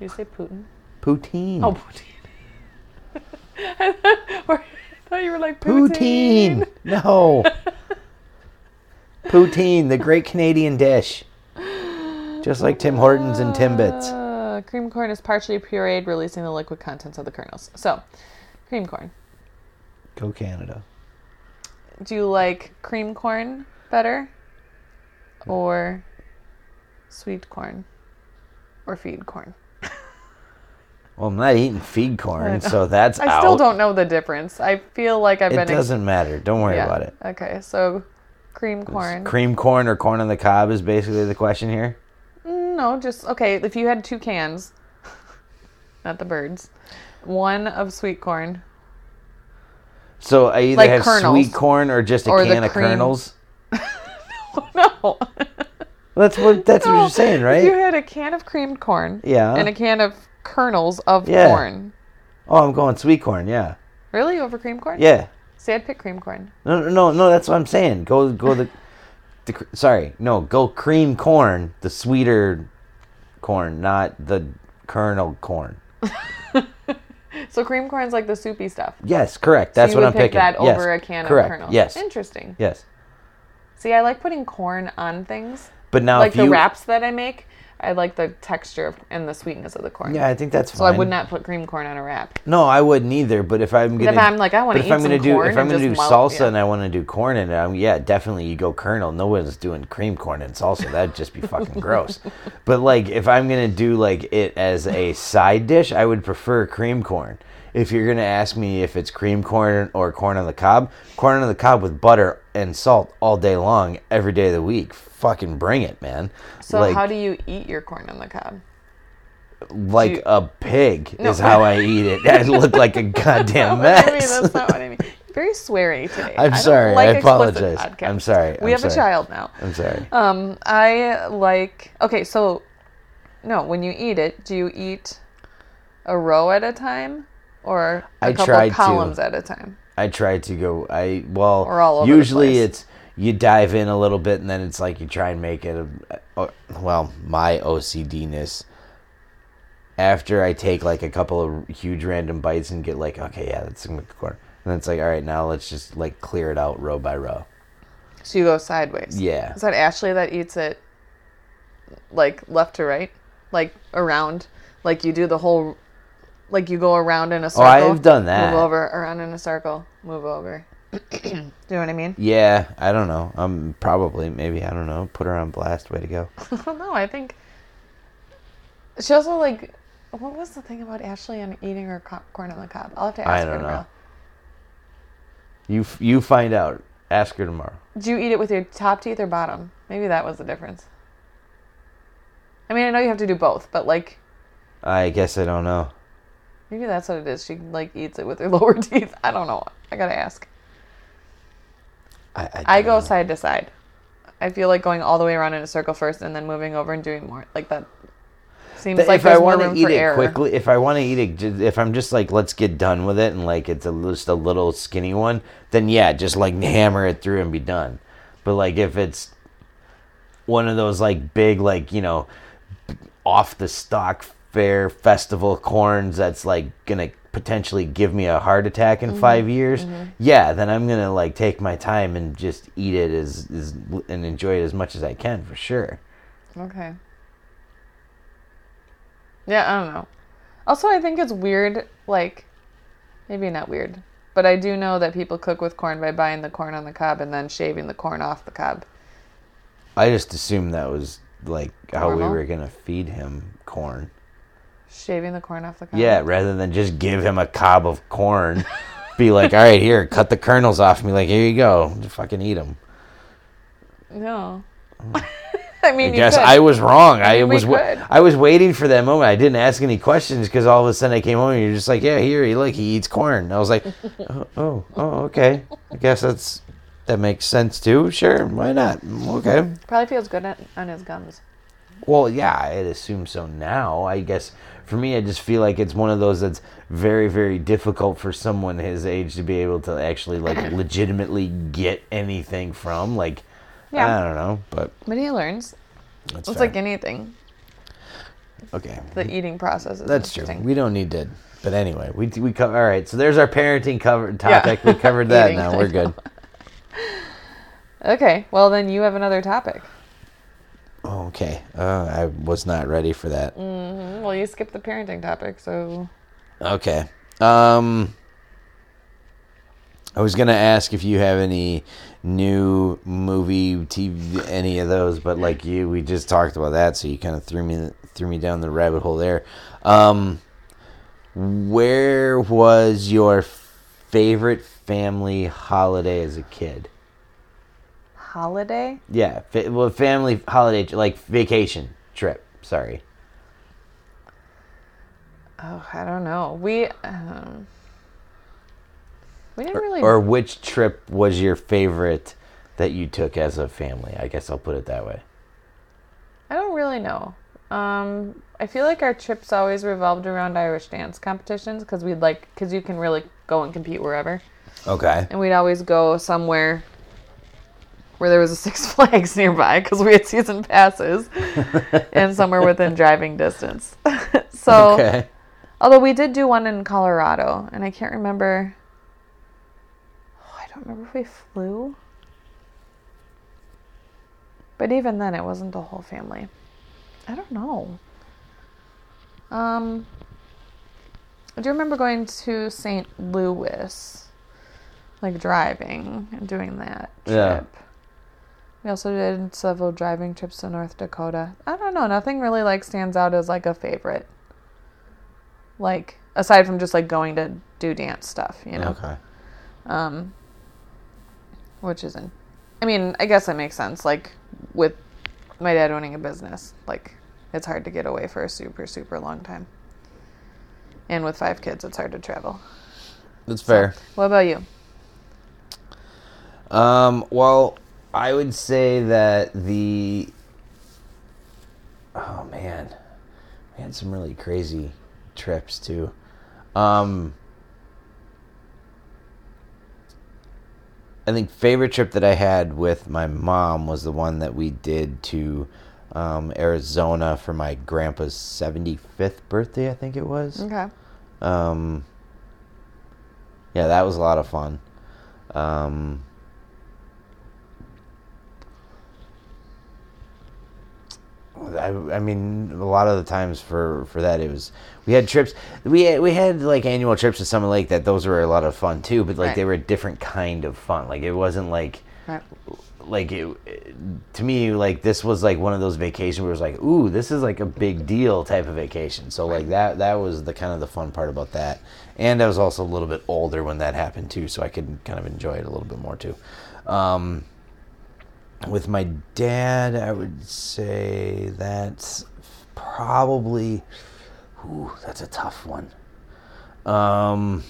Did you say Putin? Poutine. Oh, Putin. I thought- I thought you were like poutine. Putin. No. poutine, the great Canadian dish. Just like Tim Hortons and Timbits. Uh, cream corn is partially pureed, releasing the liquid contents of the kernels. So, cream corn. Go Canada. Do you like cream corn better or sweet corn or feed corn? Well, I'm not eating feed corn, so that's I out. still don't know the difference. I feel like I've It been. ex- doesn't matter. Don't worry yeah. about it. Okay, so cream corn. Cream corn or corn on the cob is basically the question here. no, just okay. If you had two cans, not the birds, one of sweet corn So I either Like have kernels. sweet corn or just a Or the can of cream. kernels. Oh, no. That's what that's what you're saying, If you right? had a can of creamed corn. Yeah. And a can of kernels of Yeah. corn. Oh, I'm going sweet corn. Yeah, Really? Over cream corn? yeah. See, I'd pick cream corn. No, no, no, no. That's what I'm saying. Go, go the, the. cr- Sorry, no. Go cream corn, the sweeter corn, not the kernel corn. So cream corn's like the soupy stuff. Yes, correct. That's you what would I'm pick picking. that Yes, over a can correct. of kernels. Yes, Interesting. yes. See, I like putting corn on things. But now like if the you, wraps that I make, I like the texture of, and the sweetness of the corn. yeah, I think that's So fine. I would not put cream corn on a wrap. No, I wouldn't either. But if I'm gonna, I'm like, I wanna but if eat I'm gonna some do, corn if I'm and gonna do just mull- salsa yeah. and I want to do corn in it, I'm, yeah, definitely you go kernel. No one's doing cream corn and salsa. That'd just be fucking gross. But like, if I'm gonna do like it as a side dish, I would prefer cream corn. If you're gonna ask me if it's cream corn or corn on the cob, corn on the cob with butter and salt all day long, every day of the week. Fucking bring it, man. So like, how do you eat your corn on the cob? like you- a pig is how I eat it. I look like a goddamn mess. I mean, that's not what I mean. Very sweary today. I'm I don't sorry. I explicit apologize. podcasts. I'm sorry. I'm we have a sorry. child now. I'm sorry. Um, I like. Okay, so no. When you eat it, do you eat a row at a time or a I couple tried to. columns at a time? I try to go. I well, We're all over the usually place. it's you dive in a little bit and then it's like you try and make it. A, a- well, my OCD ness. After I take like a couple of huge random bites and get like, okay, yeah, that's a corner. And then it's like, all right, now let's just like clear it out row by row. So you go sideways. Yeah. Is that Ashley that eats it like left to right, like around, like you do the whole, like you go around in a circle. Oh, I've done that. Move over, around in a circle, move over. do you know what I mean? Yeah, I don't know. Um, probably, maybe I don't know. Put her on blast. Way to go. I don't know. I think she also like. What was the thing about Ashley and eating her co- corn on the cob? I'll have to ask I her don't know. tomorrow. You f- you find out. Ask her tomorrow. Do you eat it with your top teeth or bottom? Maybe that was the difference. I mean, I know you have to do both, but like I guess I don't know. maybe that's what it is. She like eats it with her lower teeth. I don't know. I gotta ask. I I don't go know. side to side. I feel like going all the way around in a circle first and then moving over and doing more. Like that seems But like if there's I more want room to eat for it error. quickly, if I want to eat it, ju- if I'm just like, let's get done with it, and like it's a, just a little skinny one, then yeah, just like hammer it through and be done. But like if it's one of those like big, like you know, b- off the stock fair festival corns that's like gonna potentially give me a heart attack in Mm-hmm. five years, yeah, then I'm gonna like take my time and just eat it as, as and enjoy it as much as I can for sure. Okay. Yeah, I don't know. Also, I think it's weird, like, maybe not weird, but I do know that people cook with corn by buying the corn on the cob and then shaving the corn off the cob. I just assumed that was like how Normal? we were gonna feed him corn. Shaving the corn off the cob. Yeah, rather than just give him a cob of corn, be like, all right, here, cut the kernels off me. Like, here you go, just fucking eat them. No. I Mm. I mean, you guess could. I was wrong. I mean, we was wa- could. I was waiting for that moment. I didn't ask any questions because all of a sudden I came home and you're just like, yeah, here, he like he eats corn. And I was like, oh, oh, oh, okay. I guess that's that makes sense too. Sure, why not? Okay. Probably feels good on, on his gums. Well, yeah, I'd assume so now. I guess for me, I just feel like it's one of those that's very, very difficult for someone his age to be able to actually, like, legitimately get anything from. Like, Yeah. I don't know, but But he learns. that's It's fair. like anything. okay. The eating process is That's true. interesting. We don't need to. But anyway, we we cover. All right, so there's our parenting cover topic. We covered that. Eating, now I we're good. Okay, well then you have another topic. Oh, okay, uh, I was not ready for that. Well, you skipped the parenting topic, so Okay. Um I was going to ask if you have any new movie TV any of those, but like you we just talked about that, so you kind of threw me threw me down the rabbit hole there. Um where was your favorite family holiday as a kid? holiday. Yeah, fa- well family holiday like vacation trip, sorry. Oh, I don't know. We um, we didn't really. Or which trip was your favorite that you took as a family? I guess I'll put it that way. I don't really know. Um, I feel like our trips always revolved around Irish dance competitions because we'd like because you can really go and compete wherever, Okay. and we'd always go somewhere where there was a Six Flags nearby because we had season passes, and somewhere within driving distance. so. Okay. Although we did do one in Colorado, and I can't remember. Oh, I don't remember if we flew. But even then, it wasn't the whole family. I don't know. Um, I do remember going to St. Louis, like driving and doing that trip. Yeah. We also did several driving trips to North Dakota. I don't know. Nothing really like stands out as like a favorite. Like aside from just like going to do dance stuff, you know, Okay. um, which isn't. I mean, I guess that makes sense. Like with my dad owning a business, like it's hard to get away for a super super long time. And with five kids, it's hard to travel. That's fair. What about you? Um, well, I would say that the Oh man. We had some really crazy trips too. Um I think favorite trip that I had with my mom was the one that we did to um, Arizona for my grandpa's 75th birthday, I think it was. Okay. Um, yeah, that was a lot of fun. Um, I, I mean, a lot of the times for, for that, it was we had trips. We had, we had like annual trips to Summit Lake. That those were a lot of fun too. But like Right. they were a different kind of fun. Like it wasn't like Right. like it, it- to me like this was like one of those vacations where it was like ooh this is like a big deal type of vacation so like that that was the kind of the fun part about that and i was also a little bit older when that happened too so i could kind of enjoy it a little bit more too um, with my dad i would say that's probably ooh that's a tough one um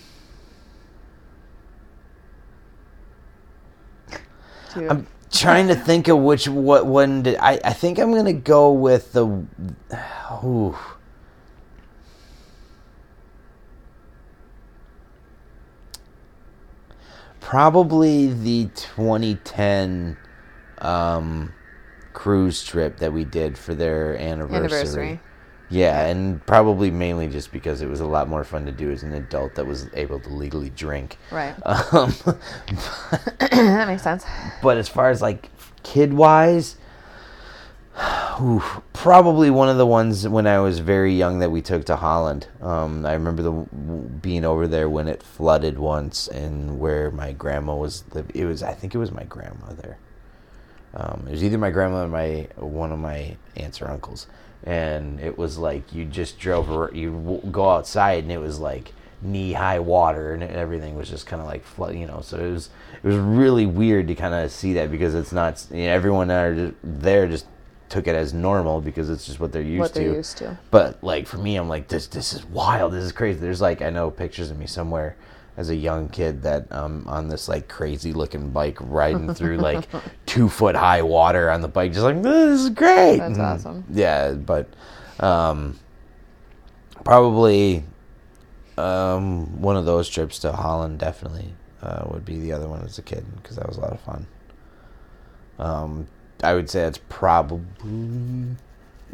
Do you- I'm trying to think of which what one did I, I think I'm gonna go with the ooh. Probably the 2010 um, cruise trip that we did for their anniversary. Anniversary. Yeah, and probably mainly just because it was a lot more fun to do as an adult that was able to legally drink. Right. Um, that makes sense. But as far as like kid wise, oof, probably one of the ones when I was very young that we took to Holland. Um, I remember the being over there when it flooded once, and where my grandma was. Live, it was I think it was my grandmother. Um, it was either my grandma or my one of my aunts or uncles, and it was like you just drove, ar- you w- go outside, and it was like knee high water, and everything was just kind of like flood, you know. So it was it was really weird to kind of see that because it's not you know, everyone that are ju- there just took it as normal because it's just what they're used What to. they're used to. But like for me, I'm like this. This is wild. This is crazy. There's like I know pictures of me somewhere as a young kid that um on this like crazy looking bike riding through like two foot high water on the bike, just like this is great. That's And, awesome. Yeah, but um probably um one of those trips to Holland definitely uh, would be the other one as a kid because that was a lot of fun. Um, I would say that's probably.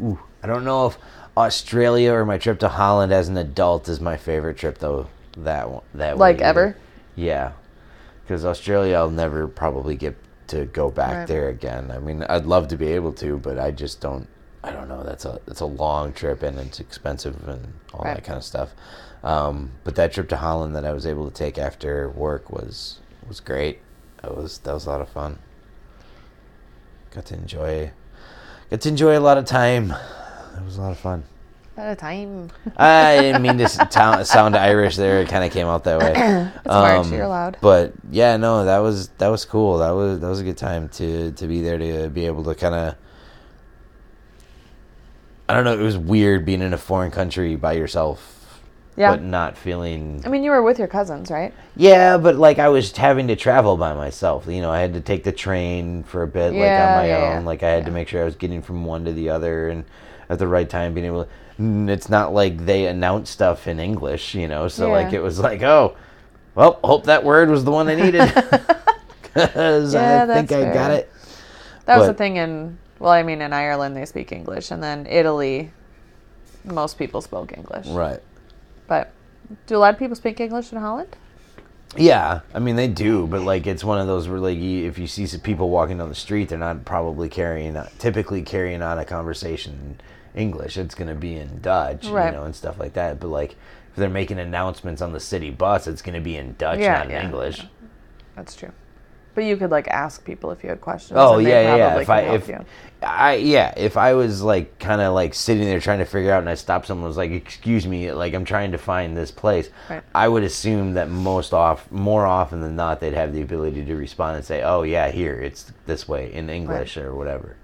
Ooh, I don't know if Australia or my trip to Holland as an adult is my favorite trip though. That one, that Like way. ever? Yeah, because Australia, I'll never probably get to go back Right. there again. I mean, I'd love to be able to, but I just don't. I don't know. That's a that's a long trip and it's expensive and all Right. that kind of stuff. Um, but that trip to Holland that I was able to take after work was was great. That was that was a lot of fun. Got to enjoy, got to enjoy a lot of time. It was a lot of fun. At a time. I didn't mean to s- town- sound Irish there. It kind of came out that way. That's March, you're allowed. Um, But yeah, no, that was that was cool. That was that was a good time to to be there to be able to kind of. I don't know. It was weird being in a foreign country by yourself, Yeah. but not feeling. I mean, you were with your cousins, right? Yeah, but like I was having to travel by myself. You know, I had to take the train for a bit, like Yeah, on my yeah, own. yeah. Like I had to make sure I was getting from one to the other and at the right time being able to. N- It's not like they announce stuff in English, you know. So like Yeah. it was like, oh, well, hope that word was the one I needed because Yeah, I think that's I got fair. it. That was the But- thing in, well, I mean, in Ireland they speak English, and then Italy, most people spoke English. Right. But do a lot of people speak English in Holland? Yeah, I mean they do, but like it's one of those where like you, if you see some people walking down the street, they're not probably carrying typically carrying on a conversation in English. It's going to be in Dutch, Right. you know, and stuff like that. But like if they're making announcements on the city bus, it's going to be in Dutch, Yeah, not in yeah, English. That's true. But you could like ask people if you had questions. Oh and they yeah, yeah, yeah. probably If I could help if you. I yeah, if I was like kind of like sitting there trying to figure out, and I stopped someone was like, "Excuse me, like I'm trying to find this place," Right. I would assume that most off more often than not they'd have the ability to respond and say, "Oh yeah, here it's this way in English or whatever."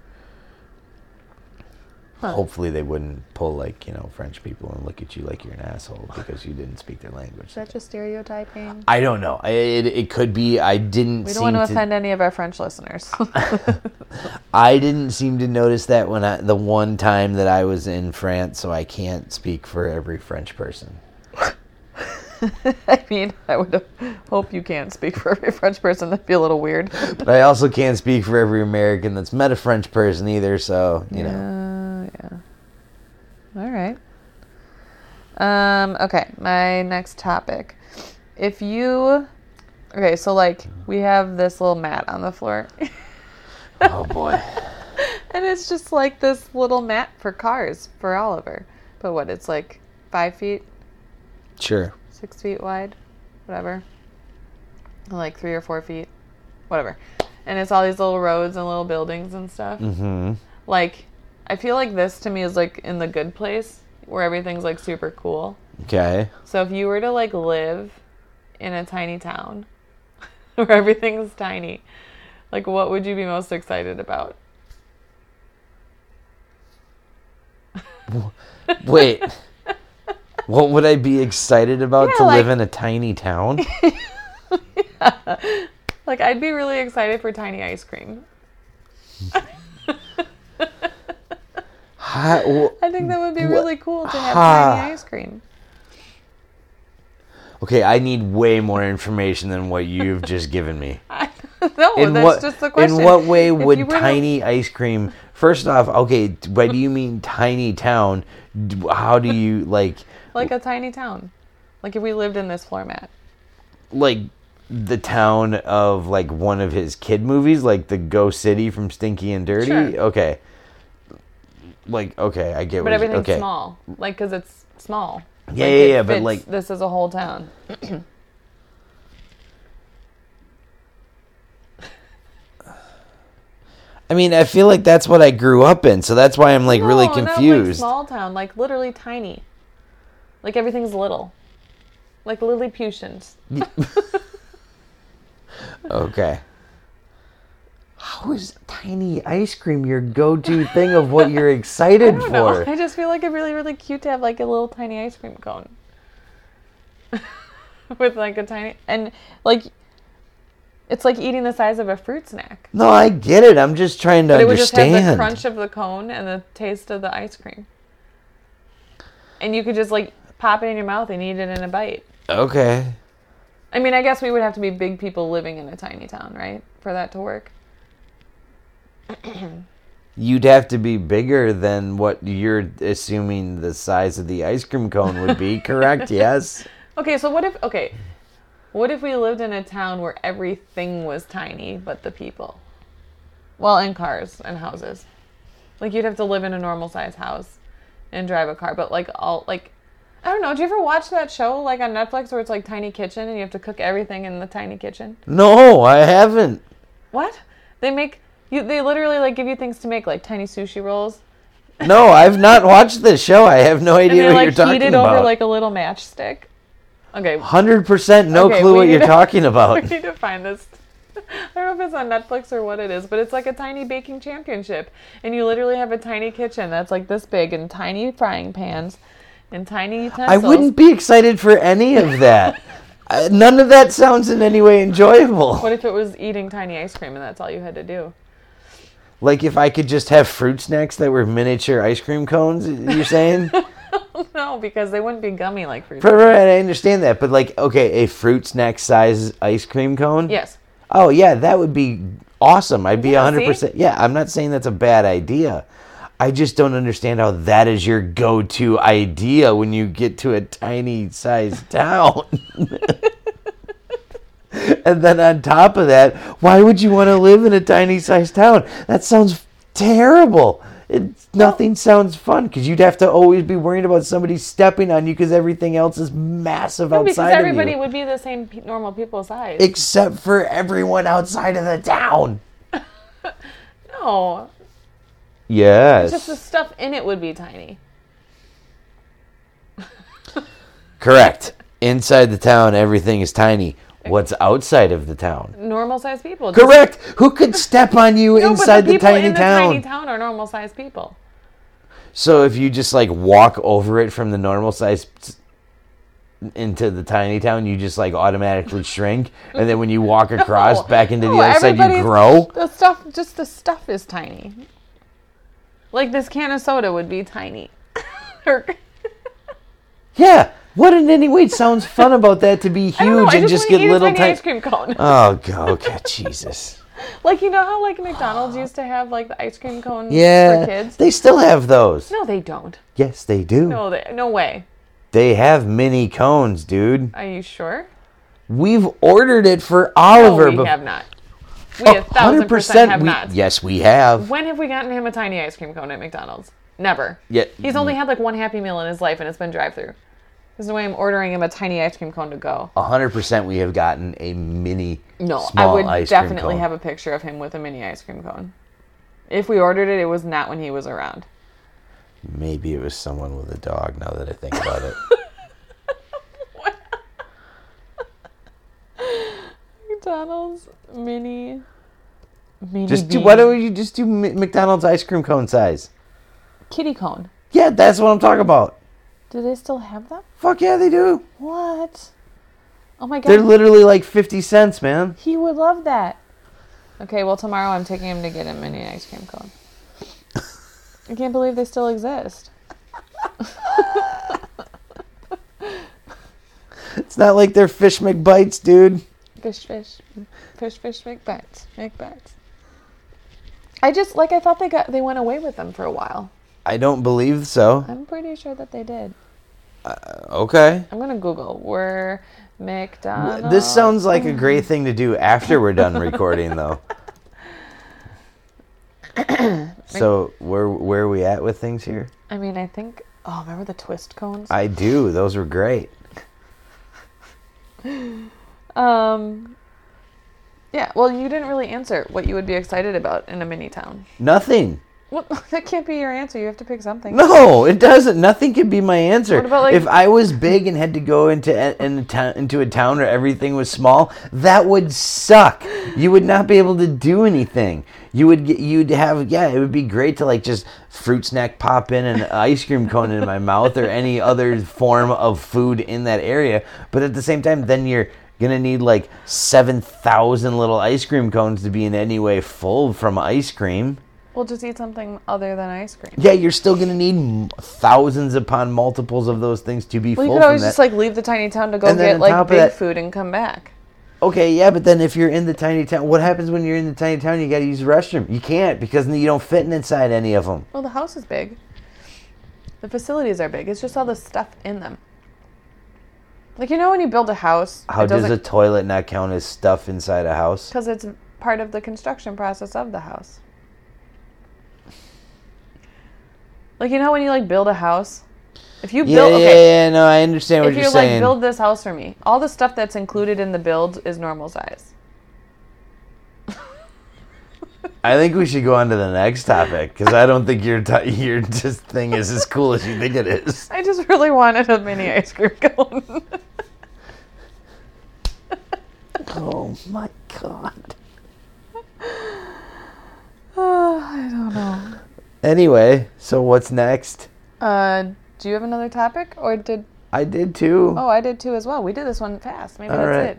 Huh. Hopefully they wouldn't pull like you know French people and look at you like you're an asshole because you didn't speak their language. Is that just stereotyping? I don't know. I- It, it could be. I didn't. We seem don't want to offend any of our French listeners. I didn't seem to notice that when I, the one time that I was in France, so I can't speak for every French person. I mean, I would hope you can't speak for every French person. That'd be a little weird. But I also can't speak for every American that's met a French person either, so, you know. Yeah, Uh, yeah. All right. Um, okay, my next topic. If you Okay, so like we have this little mat on the floor. Oh boy. and it's just like this little mat for cars for Oliver. But what, it's like five feet, Sure. six feet wide, whatever. And, Like three or four feet. Whatever. And it's all these little roads and little buildings and stuff. hmm like i feel like this to me is like in the good place where everything's like super cool Okay. so if you were to like live in a tiny town where everything's tiny like what would you be most excited about Wait. what would I be excited about Yeah, to live like- in a tiny town? like i'd be really excited for tiny ice cream Hi, wh- i think that would be really cool to have Ha. tiny ice cream okay, I need way more information than what you've just given me. no Oh, that's just the question In what way If you would were to- tiny ice cream? First off, okay, t- why do you mean tiny town? D- How do you like like a tiny town like if we lived in this floor mat like the town of like one of his kid movies, like the Ghost City from Stinky and Dirty? Sure. Okay, like okay, I get. but what you- everything's okay. small like because it's small Yeah, Like, yeah, it yeah. But fits- like, this is a whole town I mean, I feel like that's what I grew up in, so that's why I'm like really No, not like confused. small town, like literally tiny. Like everything's little. Like Lilliputians. okay. How is tiny ice cream your go-to thing of what you're excited I don't know. for? I just feel like it'd really, really cute to have like a little tiny ice cream cone. With like a tiny and like it's like eating the size of a fruit snack. No, I get it. I'm just trying to But it would just understand. have the crunch of the cone and the taste of the ice cream. And you could just like pop it in your mouth and eat it in a bite. Okay. I mean, I guess we would have to be big people living in a tiny town, right? For that to work. You'd have to be bigger than what you're assuming the size of the ice cream cone would be, correct? Yes. Okay, so what if okay, what if we lived in a town where everything was tiny but the people? Well, and cars and houses. Like you'd have to live in a normal size house and drive a car, but like all like I don't know, do you ever watch that show like on Netflix where it's like tiny kitchen and you have to cook everything in the tiny kitchen? No, I haven't. What? They make you they literally like give you things to make like tiny sushi rolls No, I've not watched this show. I have no and idea they're what like you're talking heated about. over like a little matchstick. Okay, Hundred percent, no Okay, clue we what need you're to- talking we about. need to find this. I don't know if it's on Netflix or what it is, but it's like a tiny baking championship. And you literally have a tiny kitchen that's like this big and tiny frying pans and tiny utensils. I wouldn't be excited for any of that. Uh, None of that sounds in any way enjoyable. What if it was eating tiny ice cream and that's all you had to do? Like if I could just have fruit snacks that were miniature ice cream cones. You're saying? No, because they wouldn't be gummy like fruit. Right, right, I understand that, but like, okay, a fruit snack size ice cream cone. yes. Oh yeah, that would be awesome. I'd be Yeah, hundred percent. Yeah, I'm not saying that's a bad idea. I just don't understand how that is your go-to idea when you get to a tiny size town. and then on top of that, why would you want to live in a tiny size town? That sounds terrible. It, nothing sounds fun because you'd have to always be worried about somebody stepping on you because everything else is massive No, because outside of you everybody would be the same pe- normal people size. except for everyone outside of the town. no, Yes. just the stuff in it would be tiny. Correct. Inside the town, everything is tiny. What's outside of the town? Normal sized people. just- Correct. Who could step on you Mm. No, but inside the, people tiny in the town? tiny town are normal sized people. so if you just like walk over it from the normal size into the tiny town, you just like automatically shrink, and then when you walk across back into No, the other side, you everybody's- grow. The stuff, just the stuff is tiny. Like this can of soda would be tiny. Or- Yeah. What in any way sounds fun about that to be I don't know, huge I and just wanna get eat a little tiny tiny? ice cream cone. Oh, God, okay, Jesus. like you know how like McDonald's used to have like the ice cream cone Yeah. for kids. They still have those. no, they don't. Yes, they do. No, they, no way. They have mini cones, dude. Are you sure? We've ordered it for No, Oliver. we bef- Oh, have not. We a thousand percent have we- not. Yes, we have. When have we gotten him a tiny ice cream cone at McDonald's? Never. Yeah. He's only had like one Happy Meal in his life, and it's been drive-through. There's no way I'm ordering him a tiny ice cream cone to go. 100% we have gotten a mini No, small I would ice cream definitely cone. have a picture of him with a mini ice cream cone. If we ordered it, it was not when he was around. Maybe it was someone with a dog now that I think about it. McDonald's mini. mini just do bean. why don't you just do Mi- McDonald's ice cream cone size? kitty cone? Yeah, that's what I'm talking about. Do they still have them? Fuck yeah, they do. What? Oh my god, They're literally like 50 cents, man. he would love that. Okay, well tomorrow I'm taking him to get a mini ice cream cone. I can't believe they still exist. It's not like they're fish McBites, dude. Fish, fish, fish, fish, McBats, McBats. I just like I thought they got they went away with them for a while. I don't believe so. I'm pretty sure that they did. Okay. I'm gonna Google were McDonald's. This sounds like a great thing to do after we're done recording, though. so where where are we at with things here? I mean, I think. Oh, remember the twist cones? I do. Those were great. Um, Yeah, well, you didn't really answer what you would be excited about in a mini town. Nothing. Well, that can't be your answer. You have to pick something. No, it doesn't. Nothing could be my answer. What about, like- if I was big and had to go into a, in a town, into a town where everything was small, that would suck. You would not be able to do anything. You would get, you'd have yeah. It would be great to like just fruit snack pop in an ice cream cone in my mouth or any other form of food in that area. But at the same time, then you're gonna need like seven thousand little ice cream cones to be in any way full from ice cream. We'll just eat something other than ice cream. Yeah, you're still gonna need m- thousands upon multiples of those things to be Well, you full. could from always that. just like leave the tiny town to go And then get on like top of big that- food and come back. okay, yeah, but then if you're in the tiny town, what happens when you're in the tiny town? You gotta use the restroom. You can't because you don't fit in inside any of them. Well, the house is big. The facilities are big. It's just all the stuff in them. Like you know when you build a house, How it does a doesn't toilet not count as stuff inside a house? because it's part of the construction process of the house. Like you know when you like build a house, if you Yeah, build yeah, okay, yeah, no, I understand what if you're, you're like saying. build this house for me, all the stuff that's included in the build is normal size. I think we should go on to the next topic because I don't think your t- your just thing is as cool as you think it is. I just really wanted a mini ice cream cone. Oh my god. oh, I don't know. Anyway, so what's next? Uh, do you have another topic, or did? I did too. Oh, I did too as well. We did this one fast. Maybe All that's right. it.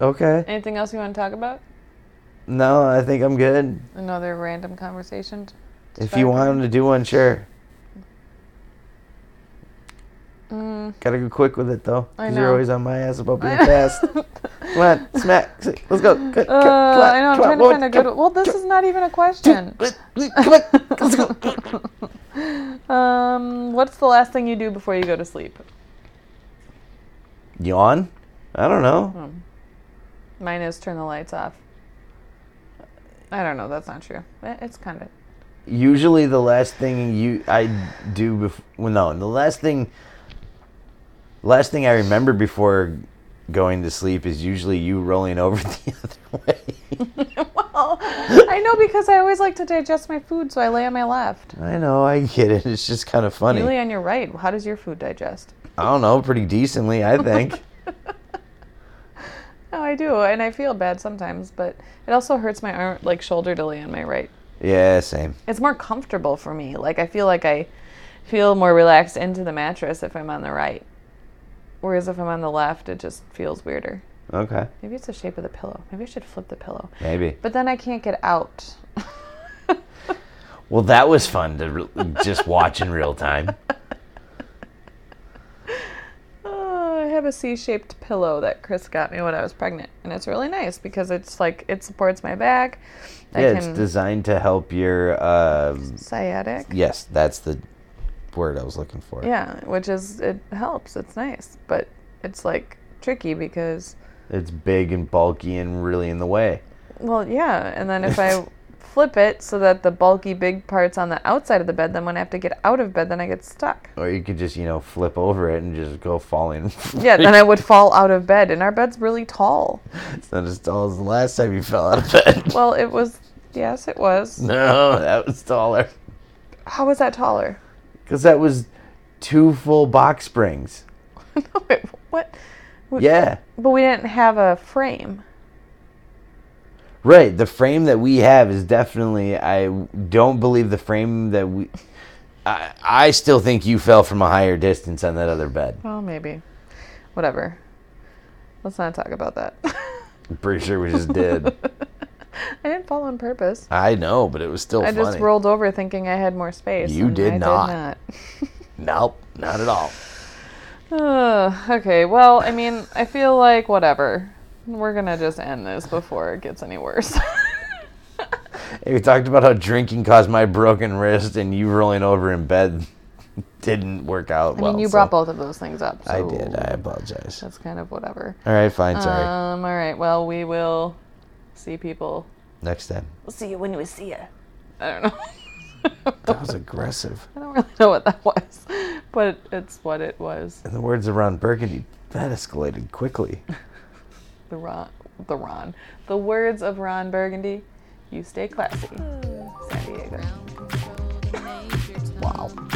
Okay. Anything else you want to talk about? No, I think I'm good. Another random conversation. If you want him to do one, sure. Mm. Gotta go quick with it though. I Because know. you're always on my ass about being fast. Come on, smack. sit, Let's go. Come, Uh, I know. I'm trying to find a good. Well, this is not even a question. Come on, let's go. Um, what's the last thing you do before you go to sleep? Yawn? I don't Hmm. know. Mine is turn the lights off. I don't know. That's not true. Eh, It's kind of. Usually the last thing you I do before. Well, no, the last thing. Last thing I remember before going to sleep is usually you rolling over the other way. well, I know because I always like to digest my food, so I lay on my left. I know, I get it. It's just kind of funny. You lay on your right. How does your food digest? I don't know, pretty decently, I think. No, Oh, I do, and I feel bad sometimes, but it also hurts my arm, like shoulder to lay on my right. yeah, same. It's more comfortable for me. Like I feel like I feel more relaxed into the mattress if I'm on the right, whereas if I'm on the left, it just feels weirder. Okay. Maybe it's the shape of the pillow. Maybe I should flip the pillow. Maybe. But then I can't get out. Well, that was fun to re- just watch in real time. Oh, I have a C-shaped pillow that Chris got me when I was pregnant, and it's really nice because it's like it supports my back. I Yeah, it's can- designed to help your. Um, sciatic. yes, that's the word I was looking for. Yeah, which is it helps. It's nice, but it's like tricky because It's big and bulky and really in the way. well, yeah, and then if I flip it so that the bulky big part's on the outside of the bed, then when I have to get out of bed, then I get stuck. Or you could just, you know, flip over it and just go falling. Yeah, then I would fall out of bed, and our bed's really tall. it's not as tall as the last time you fell out of bed. Well, it was yes, it was. no, that was taller. How was that taller? Because that was two full box springs. no, it, what? Yeah. But we didn't have a frame. Right. The frame that we have is definitely. I don't believe the frame that we. I, I still think you fell from a higher distance on that other bed. Well, maybe. Whatever. Let's not talk about that. I'm pretty sure we just did. I didn't fall on purpose. I know, but it was still I funny. just rolled over thinking I had more space. You and did I not. Did Nope, not at all. not. Ugh, okay, well, I mean, I feel like whatever. We're gonna just end this before it gets any worse. Hey, we talked about how drinking caused my broken wrist, and you rolling over in bed didn't work out I well. mean, you so- brought both of those things up. So I did. I apologize. That's kind of whatever. All right, fine. Sorry. Um. All right. Well, we will see people. Next time. We'll see you when we see you. I don't know. That was aggressive. I don't really know what that was, but it's what it was. In the words of Ron Burgundy, that escalated quickly. The Ron, the Ron. The words of Ron Burgundy. You stay classy, San Diego. Ground control to Major Tom. Wow.